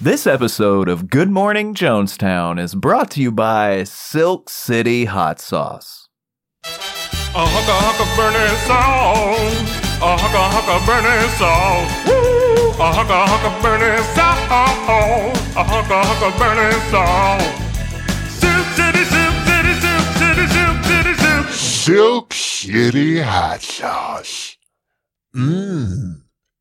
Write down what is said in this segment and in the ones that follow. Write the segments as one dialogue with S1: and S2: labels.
S1: This episode of Good Morning Jonestown is brought to you by Silk City Hot Sauce.
S2: A hooka hooka burning song. A hooka hooka burning song. Woo! A hooka hooka burning song. A hooka hooka burning song. Soup city, soup city, soup city, soup city, soup.
S3: Silk City hot sauce. Mmm.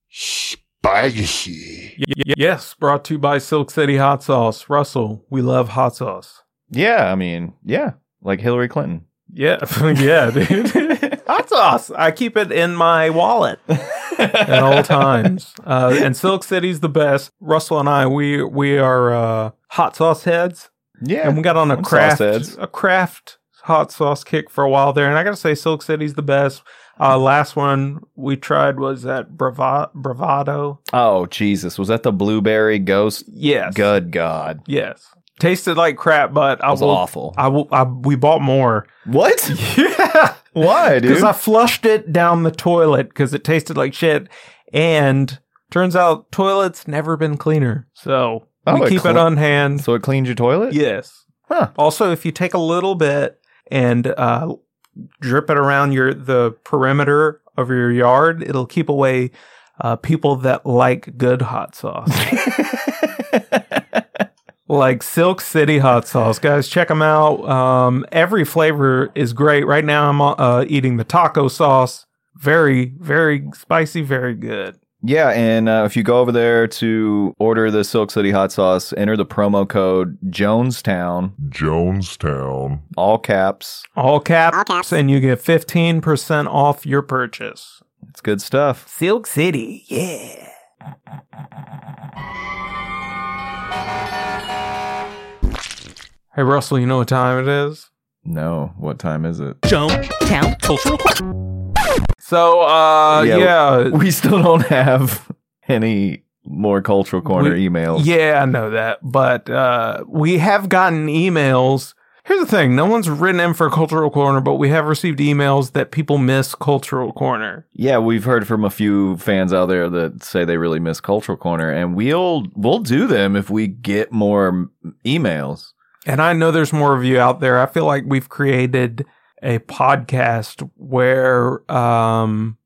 S3: Spicy.
S4: Yes, brought to you by Silk City Hot Sauce. Russell, we love hot sauce.
S1: Yeah, I mean, yeah, like Hillary Clinton.
S4: Yeah, yeah, dude. hot sauce. I keep it in my wallet at all times. Uh, and Silk City's the best. Russell and I, we we are uh, hot sauce heads,
S1: Yeah,
S4: and we got on a
S1: I'm sauce
S4: craft
S1: heads.
S4: a craft hot sauce kick for a while there. And I gotta say, Silk City's the best. Uh, last one we tried was at Brava- Bravado.
S1: oh Jesus, was that the blueberry ghost?
S4: Yes,
S1: Good God,
S4: yes. Tasted like crap, but I
S1: that was
S4: will.
S1: awful.
S4: I will. I, we bought more.
S1: what?
S4: Yeah,
S1: Why, dude?
S4: because I flushed it down the toilet because it tasted like shit, and turns out toilets never been cleaner. So
S1: Oh,
S4: we
S1: it
S4: keep
S1: cle-
S4: it on hand.
S1: so it cleaned your toilet?
S4: Yes.
S1: Huh.
S4: Also, if you take a little bit and uh, drip it around your the perimeter of your yard, it'll keep away uh, people that like good hot sauce. like Silk City hot sauce. Guys, check them out. Um, every flavor is great. Right now, I'm uh, eating the taco sauce. Very, very spicy. Very good.
S1: Yeah, and uh, if you go over there to order the Silk City hot sauce, enter the promo code Jonestown,
S3: Jonestown.
S1: all caps.
S4: All caps, and you get 15% off your purchase.
S1: It's good stuff.
S4: Silk City, yeah. Hey Russell, you know what time it is?
S1: No, what time is it?
S5: Town cultural
S4: So, uh,
S1: Yeah,
S4: yeah,
S1: We still don't have any more cultural corner
S4: We-
S1: emails.
S4: Yeah, I know that. But uh, we have gotten emails. Here's the thing no one's written in for Cultural Corner, but we have received emails that people miss Cultural Corner.
S1: Yeah, we've heard from a few fans out there that say they really miss cultural corner, and we'll we'll do them if we get more m- emails.
S4: And I know there's more of you out there. I feel like we've created a podcast where um,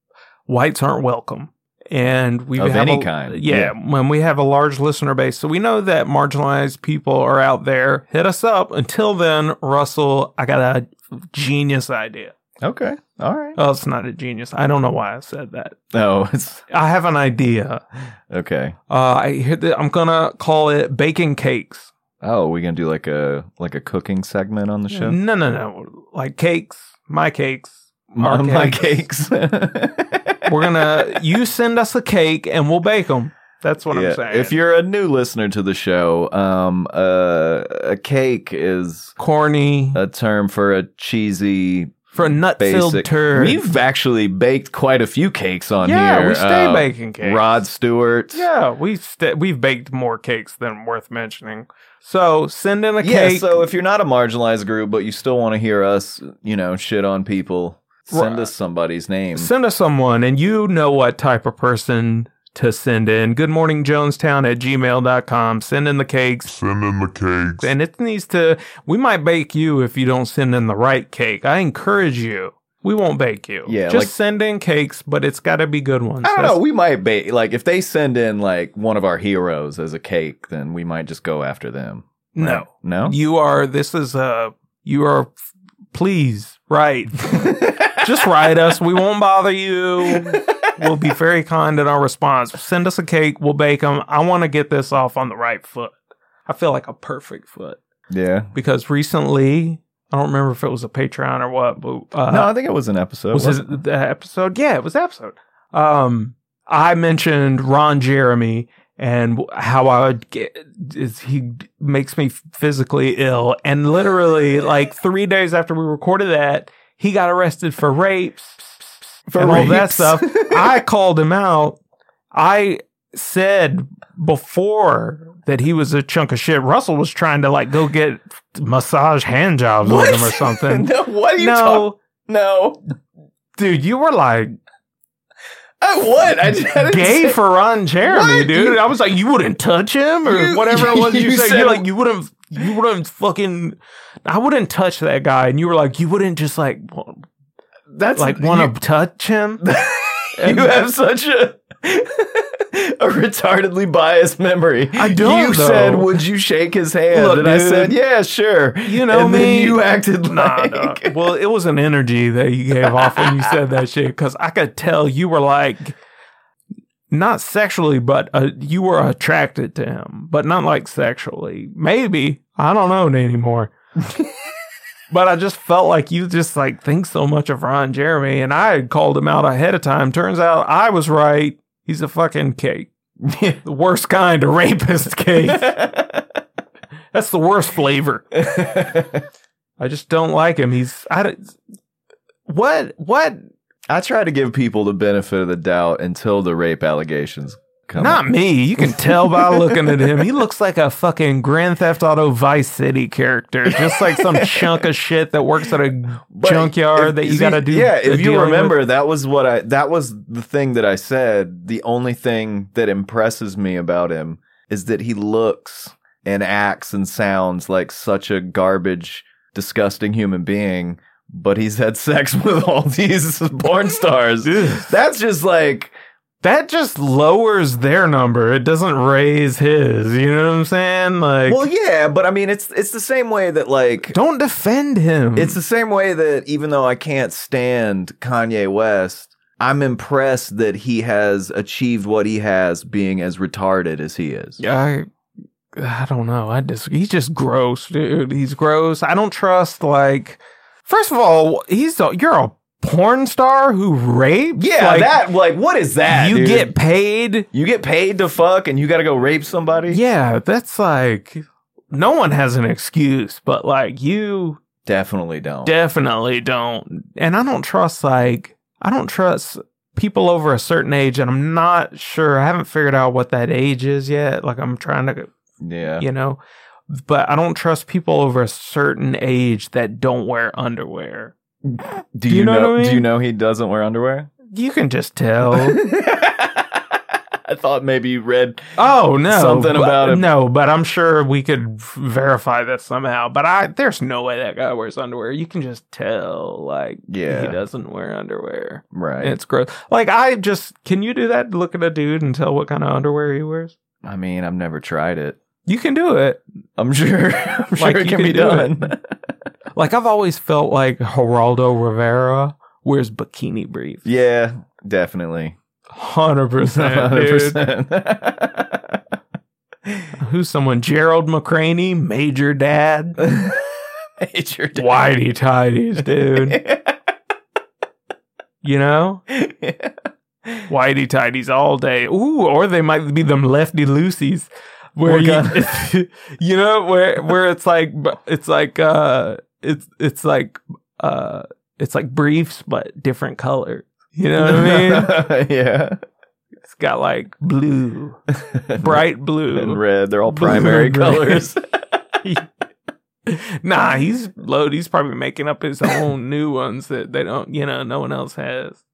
S4: whites aren't welcome. And we
S1: Of
S4: have
S1: any
S4: a-
S1: kind.
S4: Yeah, when we have a large listener base. So we know that marginalized people are out there. Hit us up. Until then, Russell, I got a genius idea.
S1: Okay, all right.
S4: Oh, it's not a genius. I don't know why I said that.
S1: Oh, it's
S4: I have an idea.
S1: okay.
S4: Uh, I hit the, I'm gonna call it baking cakes.
S1: Oh, we gonna do like a like a cooking segment on the show.
S4: No, no, no. Like cakes, my cakes.
S1: My,
S4: our
S1: my
S4: cakes.
S1: cakes.
S4: We're gonna you send us a cake and we'll bake them. That's what
S1: Yeah,
S4: I'm saying.
S1: If you're a new listener to the show, um, uh, a cake is
S4: corny
S1: a term for a cheesy
S4: for a nut filled
S1: basic.
S4: turd,
S1: We've actually baked quite a few cakes on
S4: yeah,
S1: here.
S4: we stay
S1: Uh,
S4: baking cakes.
S1: Rod Stewart.
S4: Yeah, we st- we've baked more cakes than worth mentioning. So send in a
S1: Yeah,
S4: cake.
S1: so if you're not a marginalized group, but you still want to hear us, you know, shit on people, send
S4: Right.
S1: us somebody's name.
S4: send us someone and you know what type of person to send in good morning jonestown at gmail.com send in the cakes
S3: Send in the cakes.
S4: and it needs to we might bake you if you don't send in the right cake i encourage you we won't bake you
S1: Yeah,
S4: just
S1: like-
S4: send in cakes but it's got to be good ones
S1: I don't
S4: That's-
S1: know. We might be like if they send in like one of our heroes as a cake, then we might just go after them.
S4: no
S1: Right? no.
S4: you are this is a you are please write just write us we won't bother you we'll be very kind in our response. Send us a cake, we'll bake them. I want to get this off on the right foot. I feel like a perfect foot
S1: yeah.
S4: because recently, I don't remember if it was a Patreon or what, but uh,
S1: no, I think it was an episode.
S4: was
S1: wasn't
S4: it the episode? Yeah, it was the episode. Um, I mentioned Ron Jeremy and how I would get is he makes me physically ill, and literally like three days after we recorded that, he got arrested for rapes,
S1: For
S4: and all that
S1: rapes.
S4: stuff. I called him out. I said before that he was a chunk of shit. Russell was trying to like go get massage hand jobs with him or something.
S1: no, what are you
S4: no
S1: talking? No,
S4: dude, you were like,
S1: I what? I, just- I didn't
S4: Gay
S1: say-
S4: Ferran Jeremy,
S1: What?
S4: dude. I was like, you wouldn't touch him or
S1: You-
S4: whatever it was you,
S1: you
S4: said.
S1: said-
S4: You're like, you wouldn't, you wouldn't fucking, I wouldn't touch that guy. And you were like, you wouldn't just like, w-
S1: That's
S4: like want to touch him.
S1: You, you have such a a retardedly biased memory.
S4: I don't,
S1: You
S4: though.
S1: said, "Would you shake his hand?"
S4: Look,
S1: and I
S4: dude.
S1: said, "Yeah, sure."
S4: You know
S1: and
S4: me.
S1: Then you acted
S4: Nah,
S1: like
S4: nah. Well, it was an energy that you gave off when you said that shit because I could tell you were like, not sexually, but uh, you were attracted to him, but not like sexually. Maybe I don't know anymore. but I just felt like you just like think so much of Ron Jeremy, and I had called him out ahead of time. Turns out I was right. He's a fucking cake. the worst kind of rapist cake. That's the worst flavor. I just don't like him. He's I don't, what what
S1: I try to give people the benefit of the doubt until the rape allegations come.
S4: not me. You can tell by looking at him. He looks like a fucking Grand Theft Auto Vice City character, just like some chunk of shit that works at a
S1: But
S4: junkyard
S1: if-
S4: that you
S1: see,
S4: got to do.
S1: Yeah, if
S4: the
S1: you
S4: dealing
S1: remember,
S4: with.
S1: that was what I. That was the thing that I said. The only thing that impresses me about him is that he looks and acts and sounds like such a garbage, disgusting human being. But he's had sex with all these porn stars. That's just like
S4: that just lowers their number. It doesn't raise his. You know what I'm saying? Like,
S1: well, yeah. But I mean, it's it's the same way that like
S4: don't defend him.
S1: It's the same way that even though I can't stand Kanye West, I'm impressed that he has achieved what he has being as retarded as he is.
S4: I I don't know. I just he's just gross, dude. He's gross. I don't trust like first of all, he's a, you're a porn star who rapes.
S1: Yeah,
S4: Like,
S1: that like what is that?
S4: you
S1: dude?
S4: get paid.
S1: you get paid to fuck and you got to go rape somebody?
S4: Yeah, that's like no one has an excuse, but like you
S1: Definitely don't.
S4: definitely don't. And I don't trust like I don't trust people over a certain age and I'm not sure. I haven't figured out what that age is yet. Like I'm trying to
S1: yeah.
S4: you know but i don't trust people over a certain age that don't wear underwear
S1: Do,
S4: you
S1: you
S4: know
S1: know,
S4: what I
S1: do you
S4: mean? Oh.
S1: know he doesn't wear underwear?
S4: you can just tell
S1: I thought maybe you read
S4: oh no
S1: Something
S4: but-
S1: about him.
S4: no but i'm sure we could v- verify that somehow but i there's no way that guy wears underwear you can just tell like
S1: Yeah.
S4: he doesn't wear underwear
S1: right.
S4: it's gross like i just can you do that look at a dude and tell what kind of underwear he wears
S1: I mean, I've never tried it.
S4: you can do it
S1: I'm sure I'm sure
S4: Like,
S1: it
S4: you
S1: can,
S4: can
S1: be
S4: do
S1: done.
S4: like i've always felt like geraldo rivera wears bikini briefs
S1: yeah, definitely.
S4: 100% dude.
S1: 100%.
S4: Who's someone? Gerald McCraney, Major Dad,
S1: Major dad.
S4: Whitey Tidies, dude. You know, Whitey Tidies all day. Ooh, or they might be them lefty loosies, where
S1: What
S4: you, you know, where where it's like it's like uh it's it's like uh it's like briefs but different color. You know what I mean?
S1: yeah.
S4: it's got like blue, bright blue,
S1: and red. They're all
S4: Blue
S1: primary
S4: and red.
S1: colors.
S4: Nah, he's loaded. He's probably making up his own new ones that they don't, you know, no one else has.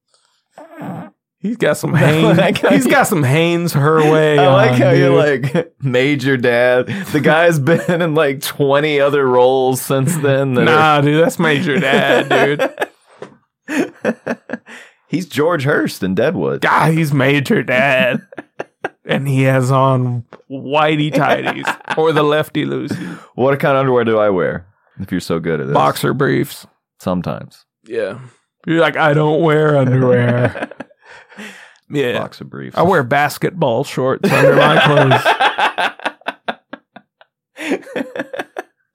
S4: He's got some Haynes.
S1: like how
S4: he's
S1: you-
S4: got some Haynes her way.
S1: I like
S4: on,
S1: how you're
S4: dude.
S1: like major dad. The guy's been in like 20 other roles since then. that are-
S4: nah, dude, that's Major Dad, dude.
S1: He's George Hurst in Deadwood.
S4: God, he's Major Dad, and he has on whitey tidies or the lefty loosey
S1: What kind of underwear do I wear? If you're so good at this,
S4: boxer briefs.
S1: Sometimes
S4: Yeah, you're like I don't wear underwear. yeah,
S1: boxer briefs.
S4: I wear basketball shorts under my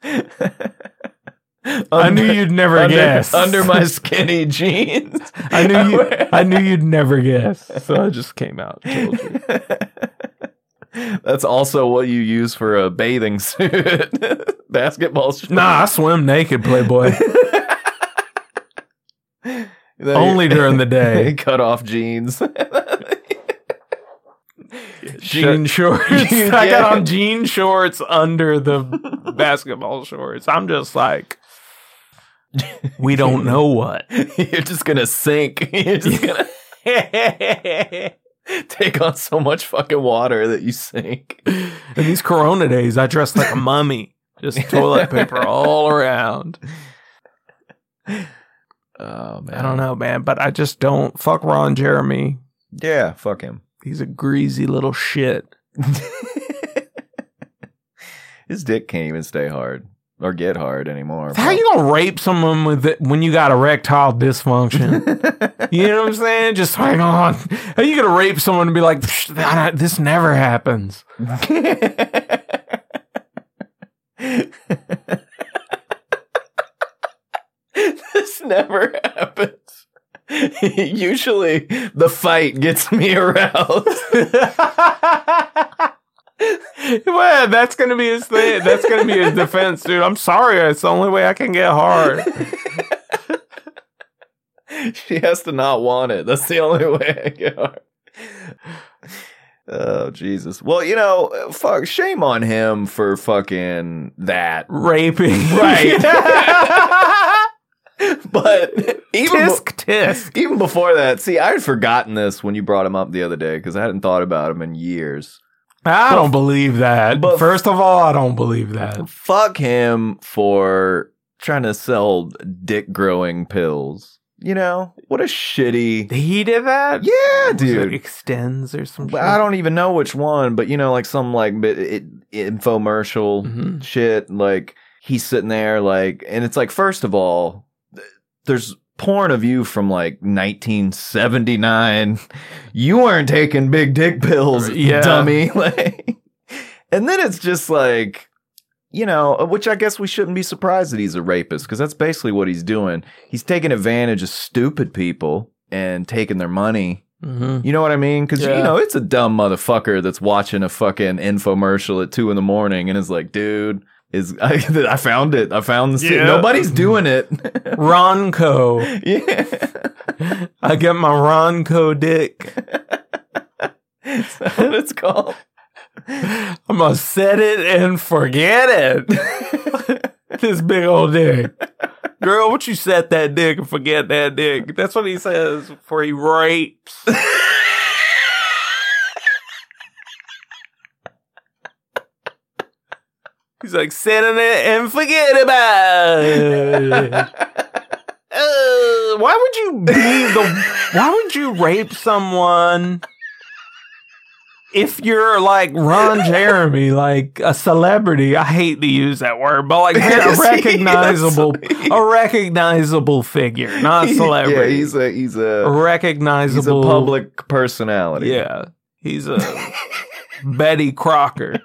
S4: clothes. I knew you'd never
S1: under,
S4: guess.
S1: under my skinny jeans.
S4: I knew you.
S1: wear-
S4: I knew you'd never guess. So I just came out. and told you.
S1: That's also what you use for a bathing suit. Basketball shorts.
S4: Nah, I swim naked, Playboy.
S1: Then
S4: Only during the day.
S1: cut off jeans.
S4: Jean shorts.
S1: Yeah.
S4: I got on jean shorts under the basketball shorts. I'm just like, we don't know what.
S1: You're just gonna sink. You're just gonna Take on so much fucking water that you sink.
S4: In these Corona days, I dressed like a mummy, just toilet paper all around.
S1: Oh man.
S4: I don't know, man, but I just don't fuck Ron Jeremy.
S1: Yeah, fuck him.
S4: He's a greasy little shit.
S1: His dick can't even stay hard or get hard anymore.
S4: How you gonna rape someone with it when you got erectile dysfunction? you know what I'm saying? Just hang on. How you gonna rape someone and be like, "Psh, that- this never happens?
S1: this never happens. Usually the fight gets me aroused.
S4: Well, that's gonna be his thing. That's gonna be his defense, dude. I'm sorry. It's the only way I can get hard.
S1: she has to not want it. That's the only way I get hard. Oh Jesus! Well, you know, fuck. Shame on him for fucking that,
S4: Raping,
S1: right? but even be-
S4: tisk tisk.
S1: even before that, see, I had forgotten this when you brought him up the other day because I hadn't thought about him in years.
S4: I don't believe that.
S1: but-
S4: But first of all, I don't believe that.
S1: Fuck him for trying to sell dick growing pills. You know what a shitty.
S4: He did that.
S1: Yeah,
S4: Was it
S1: dude.
S4: extends or some.
S1: Well, I don't even know which one, but you know, like some like bit it, infomercial
S4: Mhm.
S1: shit. Like he's sitting there, like, and it's like, first of all, th- there's porn of you from like 1979. You weren't taking big dick pills,
S4: Yeah.
S1: dummy. Like, and then it's just like. You know, uh, which I guess we shouldn't be surprised that he's a rapist because that's basically what he's doing. He's taking advantage of stupid people and taking their money
S4: Mhm.
S1: you know what I mean? Because
S4: Yeah.
S1: you know it's a dumb motherfucker that's watching a fucking infomercial at two in the morning and is like, "Dude, is I, I found it? I found the
S4: Yeah.
S1: nobody's doing it."
S4: Ronco.
S1: yeah,
S4: I get my Ronco dick.
S1: that's what it's called.
S4: I'm gonna set it and forget it. this big old dick. Girl, what you set that dick and forget that dick? That's what he says before he rapes. He's like, setting it and forget about it. Uh, why would you be the why would you rape someone if you're like Ron Jeremy, like a celebrity? I hate to use that word, but like a
S1: Yes, he is.
S4: recognizable, a recognizable figure, not
S1: He-
S4: celebrity.
S1: Yeah, he's a he's
S4: a
S1: a
S4: recognizable
S1: he's a public personality.
S4: Yeah, he's a Betty Crocker.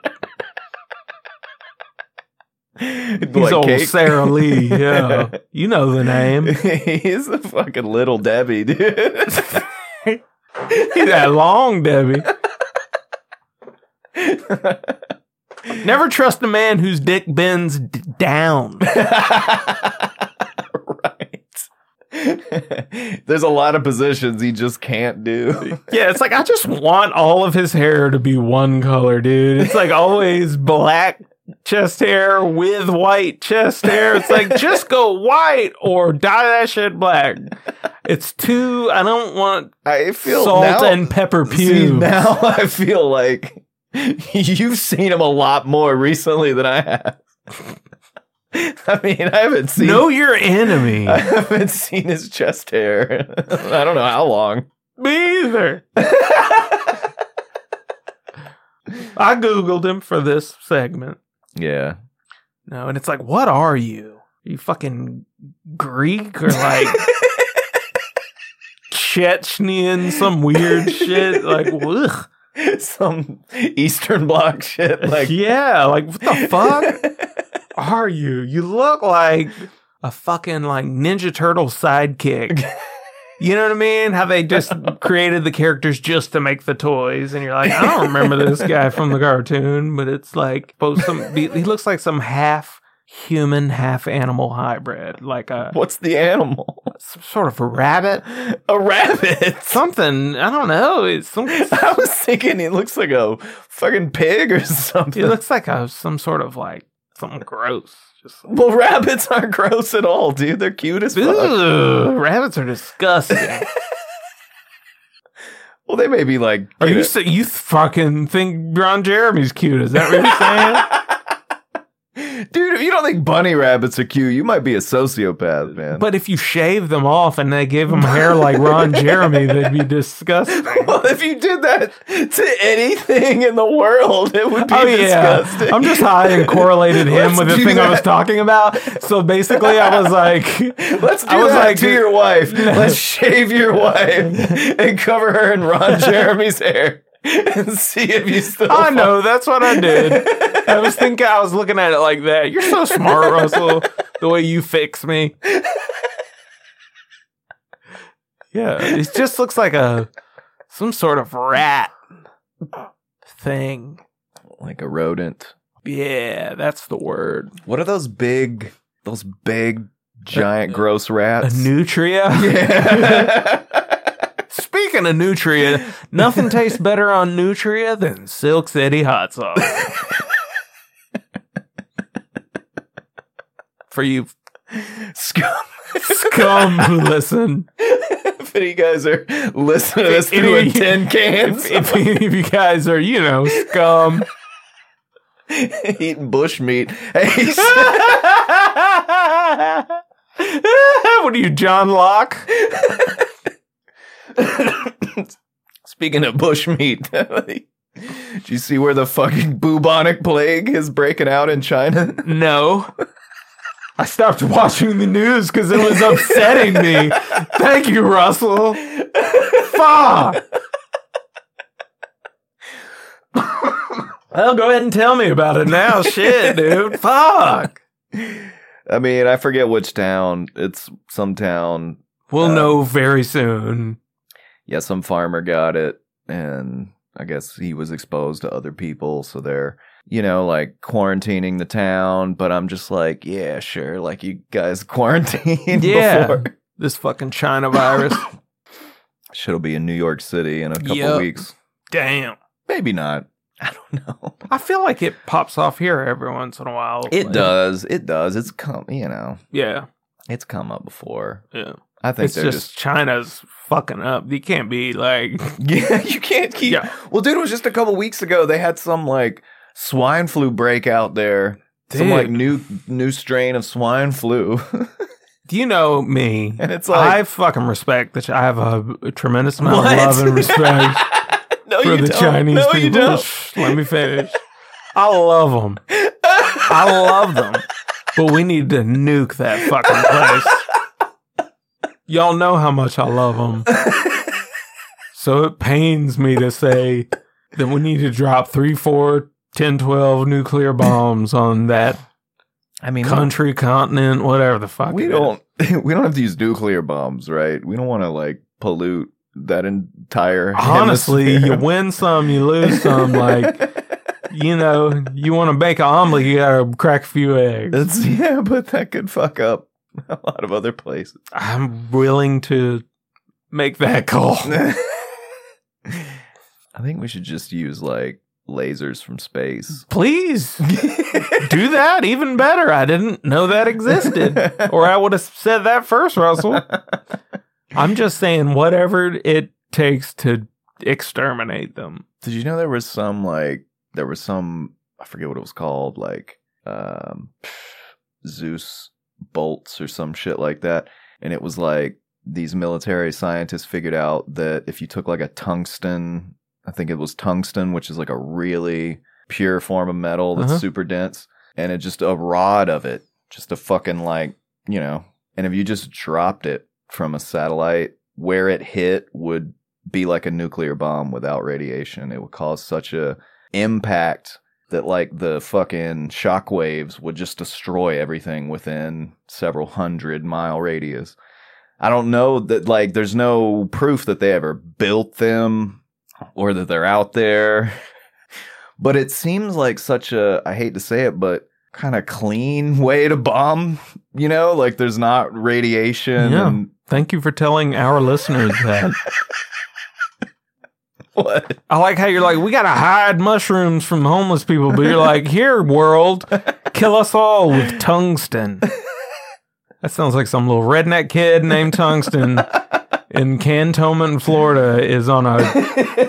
S1: he's
S4: He's old
S1: cake.
S4: Sarah Lee. Yeah, you know the name.
S1: he's a fucking little Debbie, dude.
S4: He that long, Debbie. Never trust a man whose dick bends d- down.
S1: right. There's a lot of positions he just can't do.
S4: Yeah, it's like I just want all of his hair to be one color, dude. It's like always black chest hair with white chest hair. It's like just go white or dye that shit black. It's too. I don't want
S1: I feel
S4: salt
S1: now,
S4: and pepper
S1: see,
S4: pew.
S1: now I feel like you've seen him a lot more recently than I have. I mean, I haven't seen
S4: Know your enemy.
S1: I haven't seen his chest hair. I don't know how long.
S4: Me either. I googled him for this segment.
S1: Yeah.
S4: No, and it's like, what are you? Are you fucking Greek or like Chechenian, some weird shit? Like, ugh.
S1: Some Eastern Bloc shit like
S4: yeah, like what the fuck are you? You look like a fucking like Ninja Turtle sidekick. You know what I mean? How they just created the characters just to make the toys, and you're like, I don't remember this guy from the cartoon, but it's like both some. He he looks like some half human, half animal hybrid, like a
S1: What's the animal?
S4: some sort of rabbit,
S1: A rabbit.
S4: something. I don't know. It's some.
S1: I was thinking he looks like a fucking pig or something.
S4: It looks like a some sort of like something gross. Just
S1: well, rabbits aren't gross at all, dude. They're cute as fuck.
S4: Ugh, rabbits are disgusting.
S1: Well, they may be like,
S4: Are you
S1: know-
S4: sa- you fucking think Ron Jeremy's cute? Is that what you're saying?
S1: Dude, if you don't think bunny rabbits are cute, you might be a sociopath, man.
S4: but if you shave them off and they give him hair like Ron Jeremy, they'd be disgusting.
S1: well, if you did that to anything in the world, it would be
S4: Oh yeah,
S1: disgusting.
S4: I'm just high and correlated him
S1: Let's
S4: with the
S1: do
S4: thing I was
S1: that.
S4: talking about. So basically, I was like,
S1: Let's do
S4: I was
S1: that
S4: like,
S1: to your wife. Let's shave your wife and cover her in Ron Jeremy's hair and see if you still.
S4: I know that's what I did. I was thinking, I was looking at it like that. You're so smart, Russell. The way you fix me. Yeah, it just looks like a some sort of rat thing.
S1: Like a rodent.
S4: Yeah, that's the word.
S1: What are those big, those big, giant, gross rats?
S4: A nutria.
S1: yeah.
S4: Speaking of nutria, nothing tastes better on nutria than Silk City hot sauce. For you
S1: Scum.
S4: scum who listen,
S1: if any guys are listening to this
S4: If
S1: through a
S4: you-
S1: tin can,
S4: if, if any of you guys are, you know, scum,
S1: eating bush meat. Hey,
S4: what are you, John Locke?
S1: speaking of bush meat, do you see where the fucking bubonic plague is breaking out in China?
S4: No. I stopped watching the news because it was upsetting me. Thank you, Russell. Fuck. well, go ahead and tell me about it now. Shit, dude. Fuck.
S1: I mean, I forget which town. It's some town.
S4: We'll
S1: Um,
S4: know very soon.
S1: Yeah, some farmer got it, and I guess he was exposed to other people, so they're. You know, like quarantining the town, but I'm just like, yeah, sure. Like you guys quarantined
S4: Yeah.
S1: before.
S4: This fucking China virus.
S1: Shit'll be in New York City in a couple
S4: Yep.
S1: weeks.
S4: Damn.
S1: Maybe not. I don't know.
S4: I feel like it pops off here every once in a while.
S1: It
S4: Like,
S1: does. It does. It's come. You know,
S4: Yeah.
S1: it's come up before.
S4: Yeah.
S1: I think
S4: It's
S1: they're
S4: just, China's fucking up. You can't be like.
S1: Yeah, you can't keep.
S4: Yeah.
S1: Well, dude, it was just a couple weeks ago. They had some like swine flu break out there. Some
S4: Dude.
S1: like new new strain of swine flu,
S4: Do you know me?
S1: and it's like
S4: I fucking respect that. I have a, a tremendous amount
S1: What?
S4: of love and respect
S1: no,
S4: for
S1: you
S4: the
S1: don't.
S4: Chinese
S1: no,
S4: people.
S1: You don't.
S4: Shh, Let me finish. I love them. I love them. But we need to nuke that fucking place. Y'all know how much I love them. So it pains me to say that we need to drop three, four, 10, 12 nuclear bombs on that
S1: I mean,
S4: country, continent, whatever the fuck.
S1: we
S4: it is.
S1: don't we don't have to use nuclear bombs, right? We don't want to like pollute that entire.
S4: Honestly, you
S1: hemisphere.
S4: win some, you lose some. Like, you know, you want to bake an omelet, you gotta crack a few eggs.
S1: It's yeah, but that could fuck up a lot of other places.
S4: I'm willing to make that call.
S1: I think we should just use like lasers from space.
S4: Please do that. Even better. I didn't know that existed, or I would have said that first, Russell. I'm just saying, whatever it takes to exterminate them.
S1: Did you know there was some like there was some I forget what it was called like um Zeus bolts or some shit like that and it was like these military scientists figured out that if you took like a tungsten I think it was tungsten which is like a really pure form of metal that's
S4: Uh-huh.
S1: super dense and it just a rod of it just a fucking like you know and if you just dropped it from a satellite where it hit would be like a nuclear bomb without radiation. It would cause such a impact that like the fucking shockwaves would just destroy everything within several hundred mile radius. I don't know that like there's no proof that they ever built them or that they're out there. But it seems like such a I hate to say it, but kind of clean way to bomb, you know, like there's not radiation
S4: Yeah.
S1: and
S4: Thank you for telling our listeners that.
S1: what
S4: I like how you're like, we gotta hide mushrooms from homeless people, but you're like, here, world, kill us all with tungsten. That sounds like some little redneck kid named Tungsten in Cantonment, Florida, is on a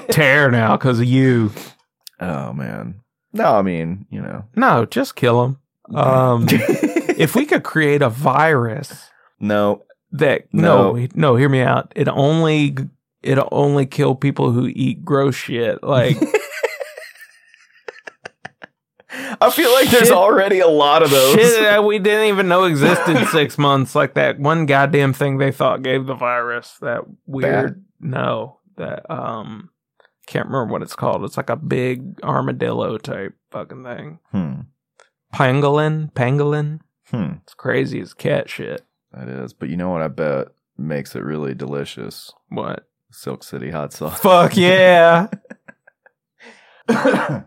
S4: tear now because of you.
S1: oh man. No, I mean, you know.
S4: No, just kill him. Um, if we could create a virus
S1: no,
S4: that no,
S1: No.
S4: wait, no, hear me out. It only it only kill people who eat gross shit. Like
S1: I feel like there's
S4: Shit.
S1: already a lot of those.
S4: shit that we didn't even know existed six months. Like that one goddamn thing they thought gave the virus. That weird no. That um can't remember what it's called. It's like a big armadillo type fucking thing.
S1: Hmm.
S4: Pangolin, pangolin.
S1: Hmm.
S4: It's crazy as cat shit.
S1: That is. But you know what I bet makes it really delicious?
S4: What?
S1: Silk City hot sauce.
S4: Fuck yeah.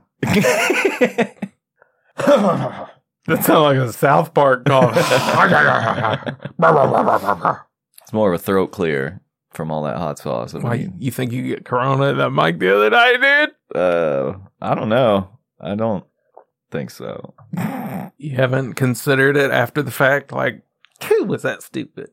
S4: That sounds like a South Park call. Why,
S1: it's more of a throat clear from all that hot sauce. I mean,
S4: you think you get corona at that mic the other night, dude?
S1: uh, I don't know. I don't think so.
S4: You haven't considered it after the fact? Like, who was that stupid?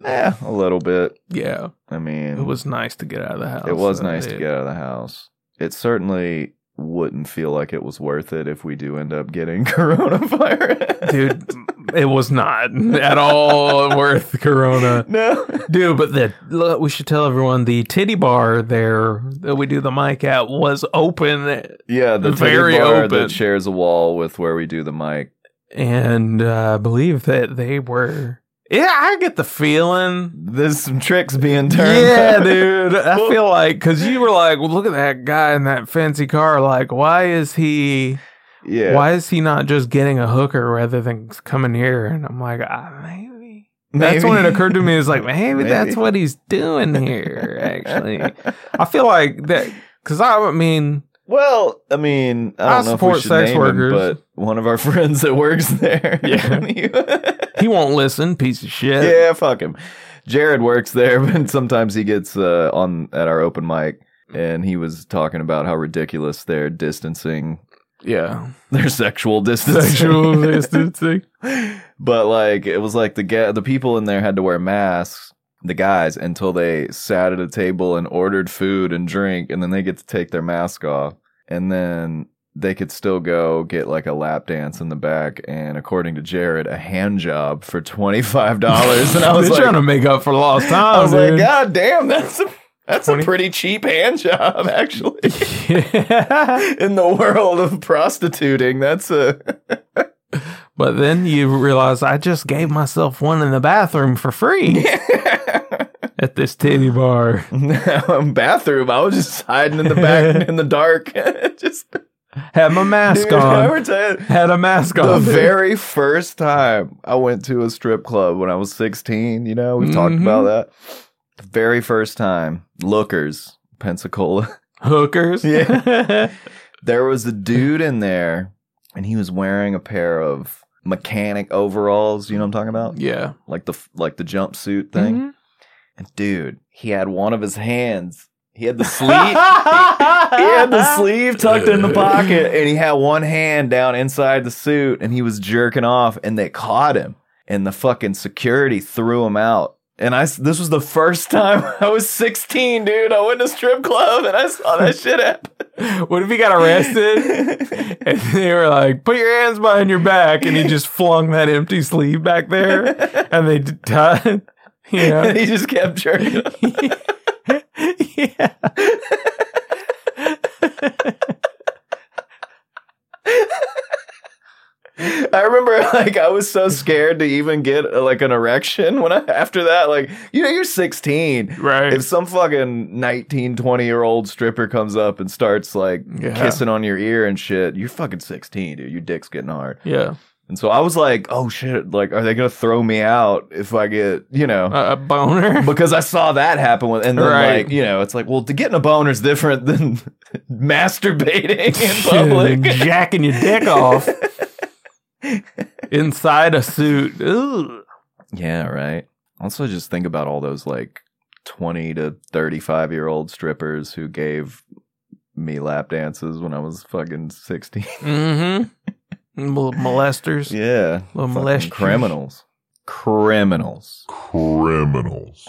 S1: Yeah, Eh, a little bit.
S4: Yeah,
S1: I mean,
S4: it was nice to get out of the house.
S1: It was
S4: though,
S1: nice to
S4: dude.
S1: get out of the house. It certainly wouldn't feel like it was worth it if we do end up getting coronavirus.
S4: Dude, it was not at all worth corona.
S1: no.
S4: Dude, but the look, we should tell everyone the titty bar there that we do the mic at was open
S1: Yeah, the
S4: Very
S1: very bar
S4: open.
S1: that shares a wall with where we do the mic.
S4: and uh, I believe that they were. Yeah, I get the feeling.
S1: There's some tricks being turned.
S4: Yeah, dude. I feel like because you were like, well, look at that guy in that fancy car. Like, why is he?
S1: Yeah.
S4: Why is he not just getting a hooker rather than coming here? And I'm like, ah, maybe. That's when it occurred to me. Is like maybe,
S1: Maybe.
S4: that's what he's doing here. Actually, I feel like that because I mean,
S1: Well, I mean, I don't know
S4: I support
S1: if we should
S4: sex
S1: name him,
S4: workers.
S1: but one of our friends that works there. Yeah.
S4: he won't listen. Piece of shit.
S1: yeah, fuck him. Jared works there, but sometimes he gets uh, on at our open mic, and he was talking about how ridiculous they're distancing
S4: Yeah.
S1: their sexual distancing.
S4: Sexual distancing.
S1: but like, it was like the ga- the people in there had to wear masks, the guys, until they sat at a table and ordered food and drink, and then they get to take their mask off, and then. They could still go get like a lap dance in the back, and according to Jared, a hand job for twenty five dollars. And I was
S4: They're
S1: like,
S4: trying to make up for lost time.
S1: I was like,
S4: dude.
S1: God damn, that's a, that's
S4: 20?
S1: a pretty cheap hand job, actually. "Ah."
S4: yeah.
S1: In the world of prostituting, that's a
S4: But then you realize I just gave myself one in the bathroom for free at this titty bar.
S1: bathroom. I was just hiding in the back in the dark, just
S4: Had my mask
S1: Dude, I
S4: on.
S1: were telling-
S4: Had a mask
S1: The
S4: on.
S1: very first time I went to a strip club when I was 16, you know, we've talked
S4: Mhm.
S1: about that. The very first time, Lookers, Pensacola.
S4: Hookers.
S1: Yeah. there was a dude in there and he was wearing a pair of mechanic overalls you know what i'm talking about
S4: yeah.
S1: like the like the jumpsuit thing
S4: Mhm.
S1: and dude he had one of his hands he had the sleeve he had the sleeve tucked in the pocket and he had one hand down inside the suit and he was jerking off and they caught him and the fucking security threw him out and I, s- this was the first time I was 16, dude. I went to strip club and I saw that shit happen.
S4: What if he got arrested? And they were like, "Put your hands behind your back," and he just flung that empty sleeve back there, and they died. You know,
S1: and he just kept jerking. off.
S4: yeah.
S1: I remember, like, I was so scared to even get uh, like an erection when I after that, like, you know, you're 16.
S4: Right.
S1: If some fucking 19, 20 year old stripper comes up and starts like
S4: Yeah.
S1: kissing on your ear and shit, you're fucking 16, dude. Your dick's getting hard.
S4: yeah.
S1: And so I was like, oh shit, like, are they gonna throw me out if I get, you know?
S4: A- a boner.
S1: because I saw that happen with, and then
S4: Uh. Right.
S1: like you know, it's like, well, to getting a boner is different than masturbating in
S4: And
S1: public.
S4: jacking your dick off inside a suit. Ooh.
S1: yeah, right. Also, just think about all those like twenty to thirty-five year old strippers who gave me lap dances when I was fucking sixteen.
S4: Mm-hmm. Little molesters.
S1: yeah,
S4: Little
S1: Fucking
S4: molesters.
S1: criminals, criminals.
S3: Criminals.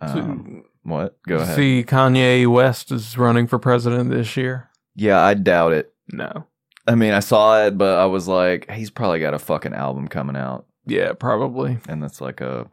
S1: Um, what? Go ahead.
S4: See, Kanye West is running for president this year.
S1: yeah, I doubt it.
S4: No.
S1: I mean, I saw it, but I was like, he's probably got a fucking album coming out,
S4: Yeah, probably.
S1: and that's like a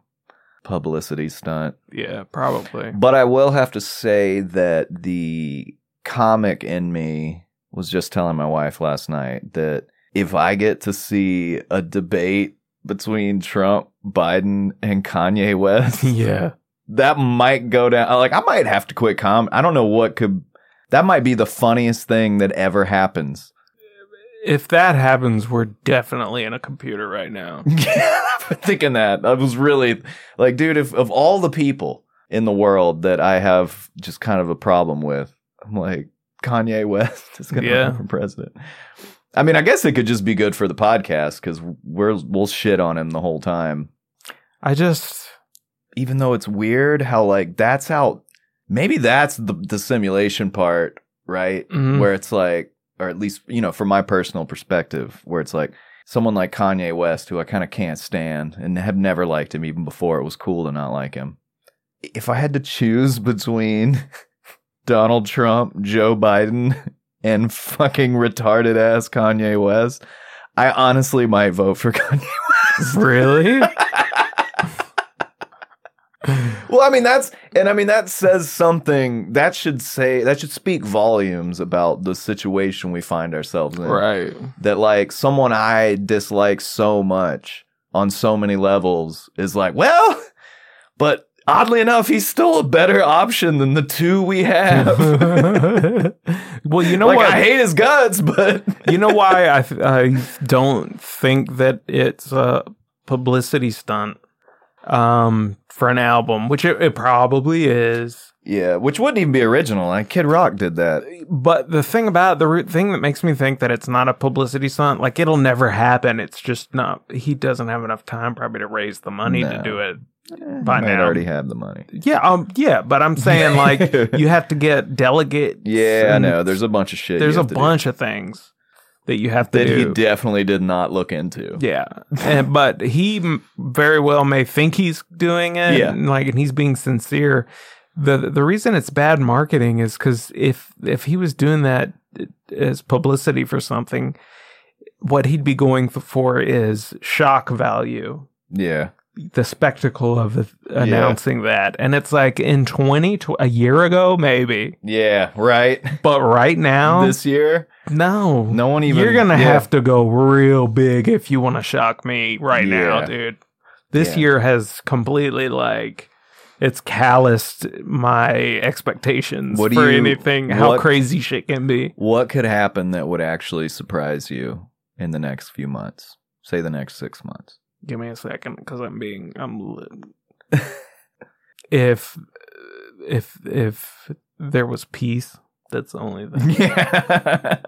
S1: publicity stunt.
S4: Yeah, probably.
S1: But I will have to say that the comic in me was just telling my wife last night that if I get to see a debate between Trump, Biden, and Kanye West,
S4: Yeah.
S1: that might go down. Like, I might have to quit com. I don't know what could. That might be the funniest thing that ever happens.
S4: If that happens, we're definitely in a computer right now.
S1: I've been thinking that. I was really like, dude, if of all the people in the world that I have just kind of a problem with, I'm like, Kanye West is going to
S4: Yeah.
S1: run for president. I mean, I guess it could just be good for the podcast because we're we'll shit on him the whole time.
S4: I just
S1: even though it's weird how like that's how maybe that's the the simulation part, right?
S4: Mhm.
S1: Where it's like or at least, you know, from my personal perspective, where it's like someone like Kanye West who I kind of can't stand and have never liked him even before it was cool to not like him. If I had to choose between Donald Trump, Joe Biden, and fucking retarded ass Kanye West, I honestly might vote for Kanye West.
S4: really.
S1: Well, I mean that's and I mean that says something that should say that should speak volumes about the situation we find ourselves in.
S4: right.
S1: That like someone I dislike so much on so many levels is like, well, but oddly enough, he's still a better option than the two we have.
S4: well, you know
S1: like
S4: what?
S1: I hate his guts, but
S4: you know why I, I don't think that it's a publicity stunt um, for an album, which it, it probably is.
S1: yeah, which wouldn't even be original. Like Kid Rock did that.
S4: But the thing about the root thing that makes me think that it's not a publicity stunt, like it'll never happen. It's just not. He doesn't have enough time probably to raise the money to
S1: No.
S4: do it.
S1: Eh,
S4: By
S1: he might
S4: now.
S1: already have the money.
S4: Yeah, um, yeah. But I'm saying like you have to get delegate.
S1: Yeah, I know. There's a bunch of shit. you
S4: there's a
S1: have to do
S4: bunch of things that you have to
S1: that
S4: do.
S1: he definitely did not look into.
S4: Yeah, and, but he m- very well may think he's doing it,
S1: Yeah.
S4: and like, and he's being sincere. the The reason it's bad marketing is because if if he was doing that uh, as publicity for something, what he'd be going for is shock value,
S1: Yeah.
S4: the spectacle of announcing that, and it's like in twenty tw- a year ago maybe,
S1: Yeah, right.
S4: but right now,
S1: this year,
S4: no,
S1: no one even.
S4: You're gonna
S1: yeah.
S4: have to go real big if you want to shock me right now,
S1: Yeah.
S4: dude. This
S1: Yeah.
S4: year has completely like it's calloused my expectations
S1: What do
S4: for
S1: you-
S4: anything. How
S1: what-
S4: crazy shit can be.
S1: What could happen that would actually surprise you in the next few months? Say the next six months.
S4: Give me a second, because I'm being I'm. li- if if if there was peace, that's the only thing.
S1: Yeah.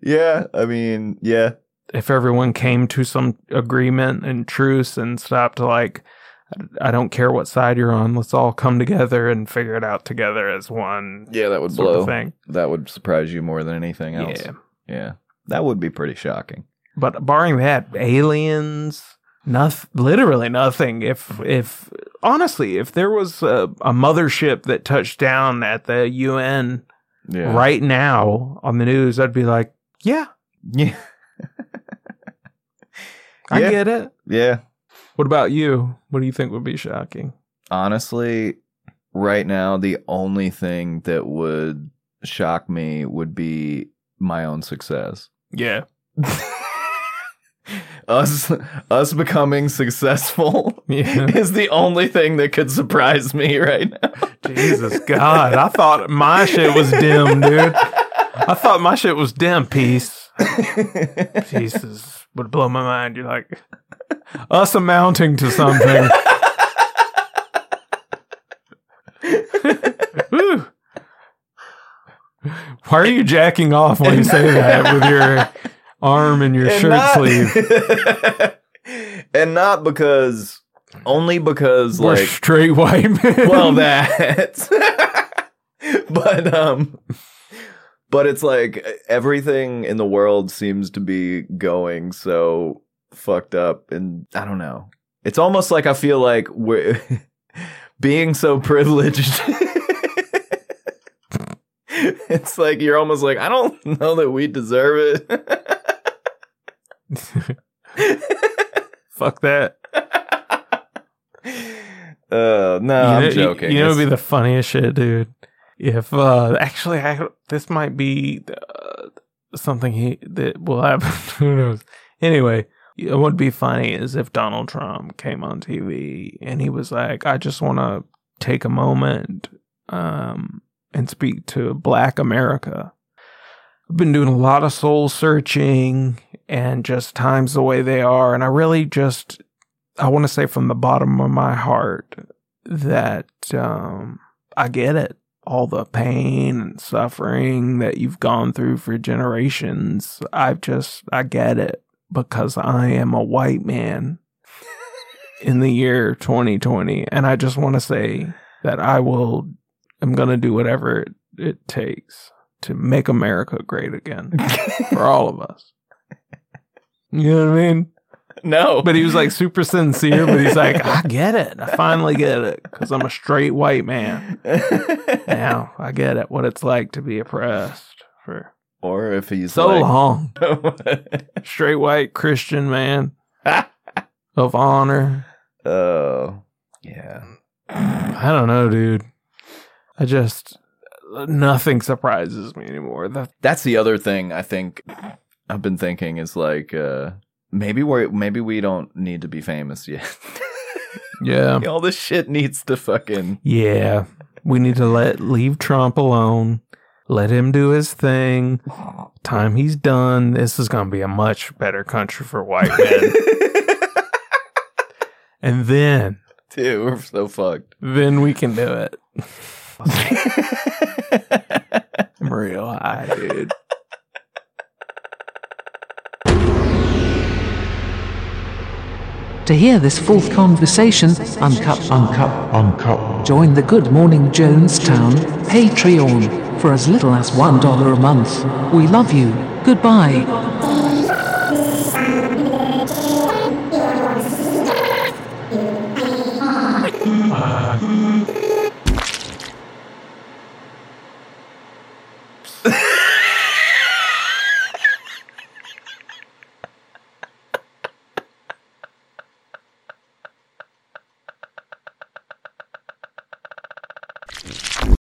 S1: yeah. I mean, yeah.
S4: if everyone came to some agreement and truce and stopped like I don't care what side you're on. Let's all come together and figure it out together as one
S1: Yeah, that would
S4: sort
S1: blow.
S4: of thing.
S1: That would surprise you more than anything else.
S4: Yeah.
S1: yeah. That would be pretty shocking.
S4: But barring that, aliens, nothing, literally nothing. If
S1: Mm-hmm.
S4: if honestly, if there was a, a mothership that touched down at the UN
S1: Yeah.
S4: right now on the news, I'd be like, yeah,
S1: Yeah.
S4: I
S1: Yeah.
S4: get it.
S1: Yeah.
S4: What about you? What do you think would be shocking?
S1: honestly, right now, the only thing that would shock me would be my own success.
S4: Yeah,
S1: us us becoming successful
S4: yeah.
S1: is the only thing that could surprise me right now.
S4: Jesus God, I thought my shit was dim, dude. I thought my shit was dim. Peace, Jesus, would blow my mind. You're like us amounting to something. Whew. Why are you jacking off when you say that with your arm and your
S1: And
S4: shirt
S1: not-
S4: sleeve?
S1: and not because only because
S4: We're
S1: like
S4: straight white men.
S1: well that but um but it's like everything in the world seems to be going so fucked up and i don't know It's almost like I feel like we're being so privileged. it's like you're almost like I don't know that we deserve it.
S4: Fuck that.
S1: Uh, no,
S4: you know,
S1: I'm
S4: you-
S1: joking.
S4: You, know, it'd be
S1: It's-
S4: the funniest shit, dude. If uh, actually, I, this might be uh, something he that will happen. Who knows? Anyway, it would be funny is if Donald Trump came on TV and he was like, "I just want to take a moment um, and speak to Black America." I've been doing a lot of soul searching and just times the way they are, and I really just I want to say from the bottom of my heart that um, I get it. All the pain and suffering that you've gone through for generations. I've just, I get it because I am a white man in the year 2020. And I just want to say that I will, I'm going to do whatever it, it takes to make America great again for all of us. You know what I mean?
S1: no,
S4: But he was like super sincere, but he's like, I get it. I finally get it because I'm a straight white man. Now I get it, what it's like to be oppressed for
S1: or if he's
S4: so
S1: like,
S4: long. Straight white Christian man of honor.
S1: Oh, yeah.
S4: I don't know, dude. I just, nothing surprises me anymore. The,
S1: That's the other thing I think I've been thinking is like uh, maybe we're maybe we don't need to be famous yet.
S4: yeah.
S1: All this shit needs to fucking
S4: Yeah. We need to let leave Trump alone. Let him do his thing. Time he's done, this is gonna be a much better country for white men. and then
S1: Dude, we're so fucked.
S4: then we can do it. I'm real high, dude.
S5: To hear this fourth conversation, uncut, uncut,
S3: Uncut.
S5: join the Good Morning Jonestown Patreon for as little as $1 a month. We love you. Goodbye.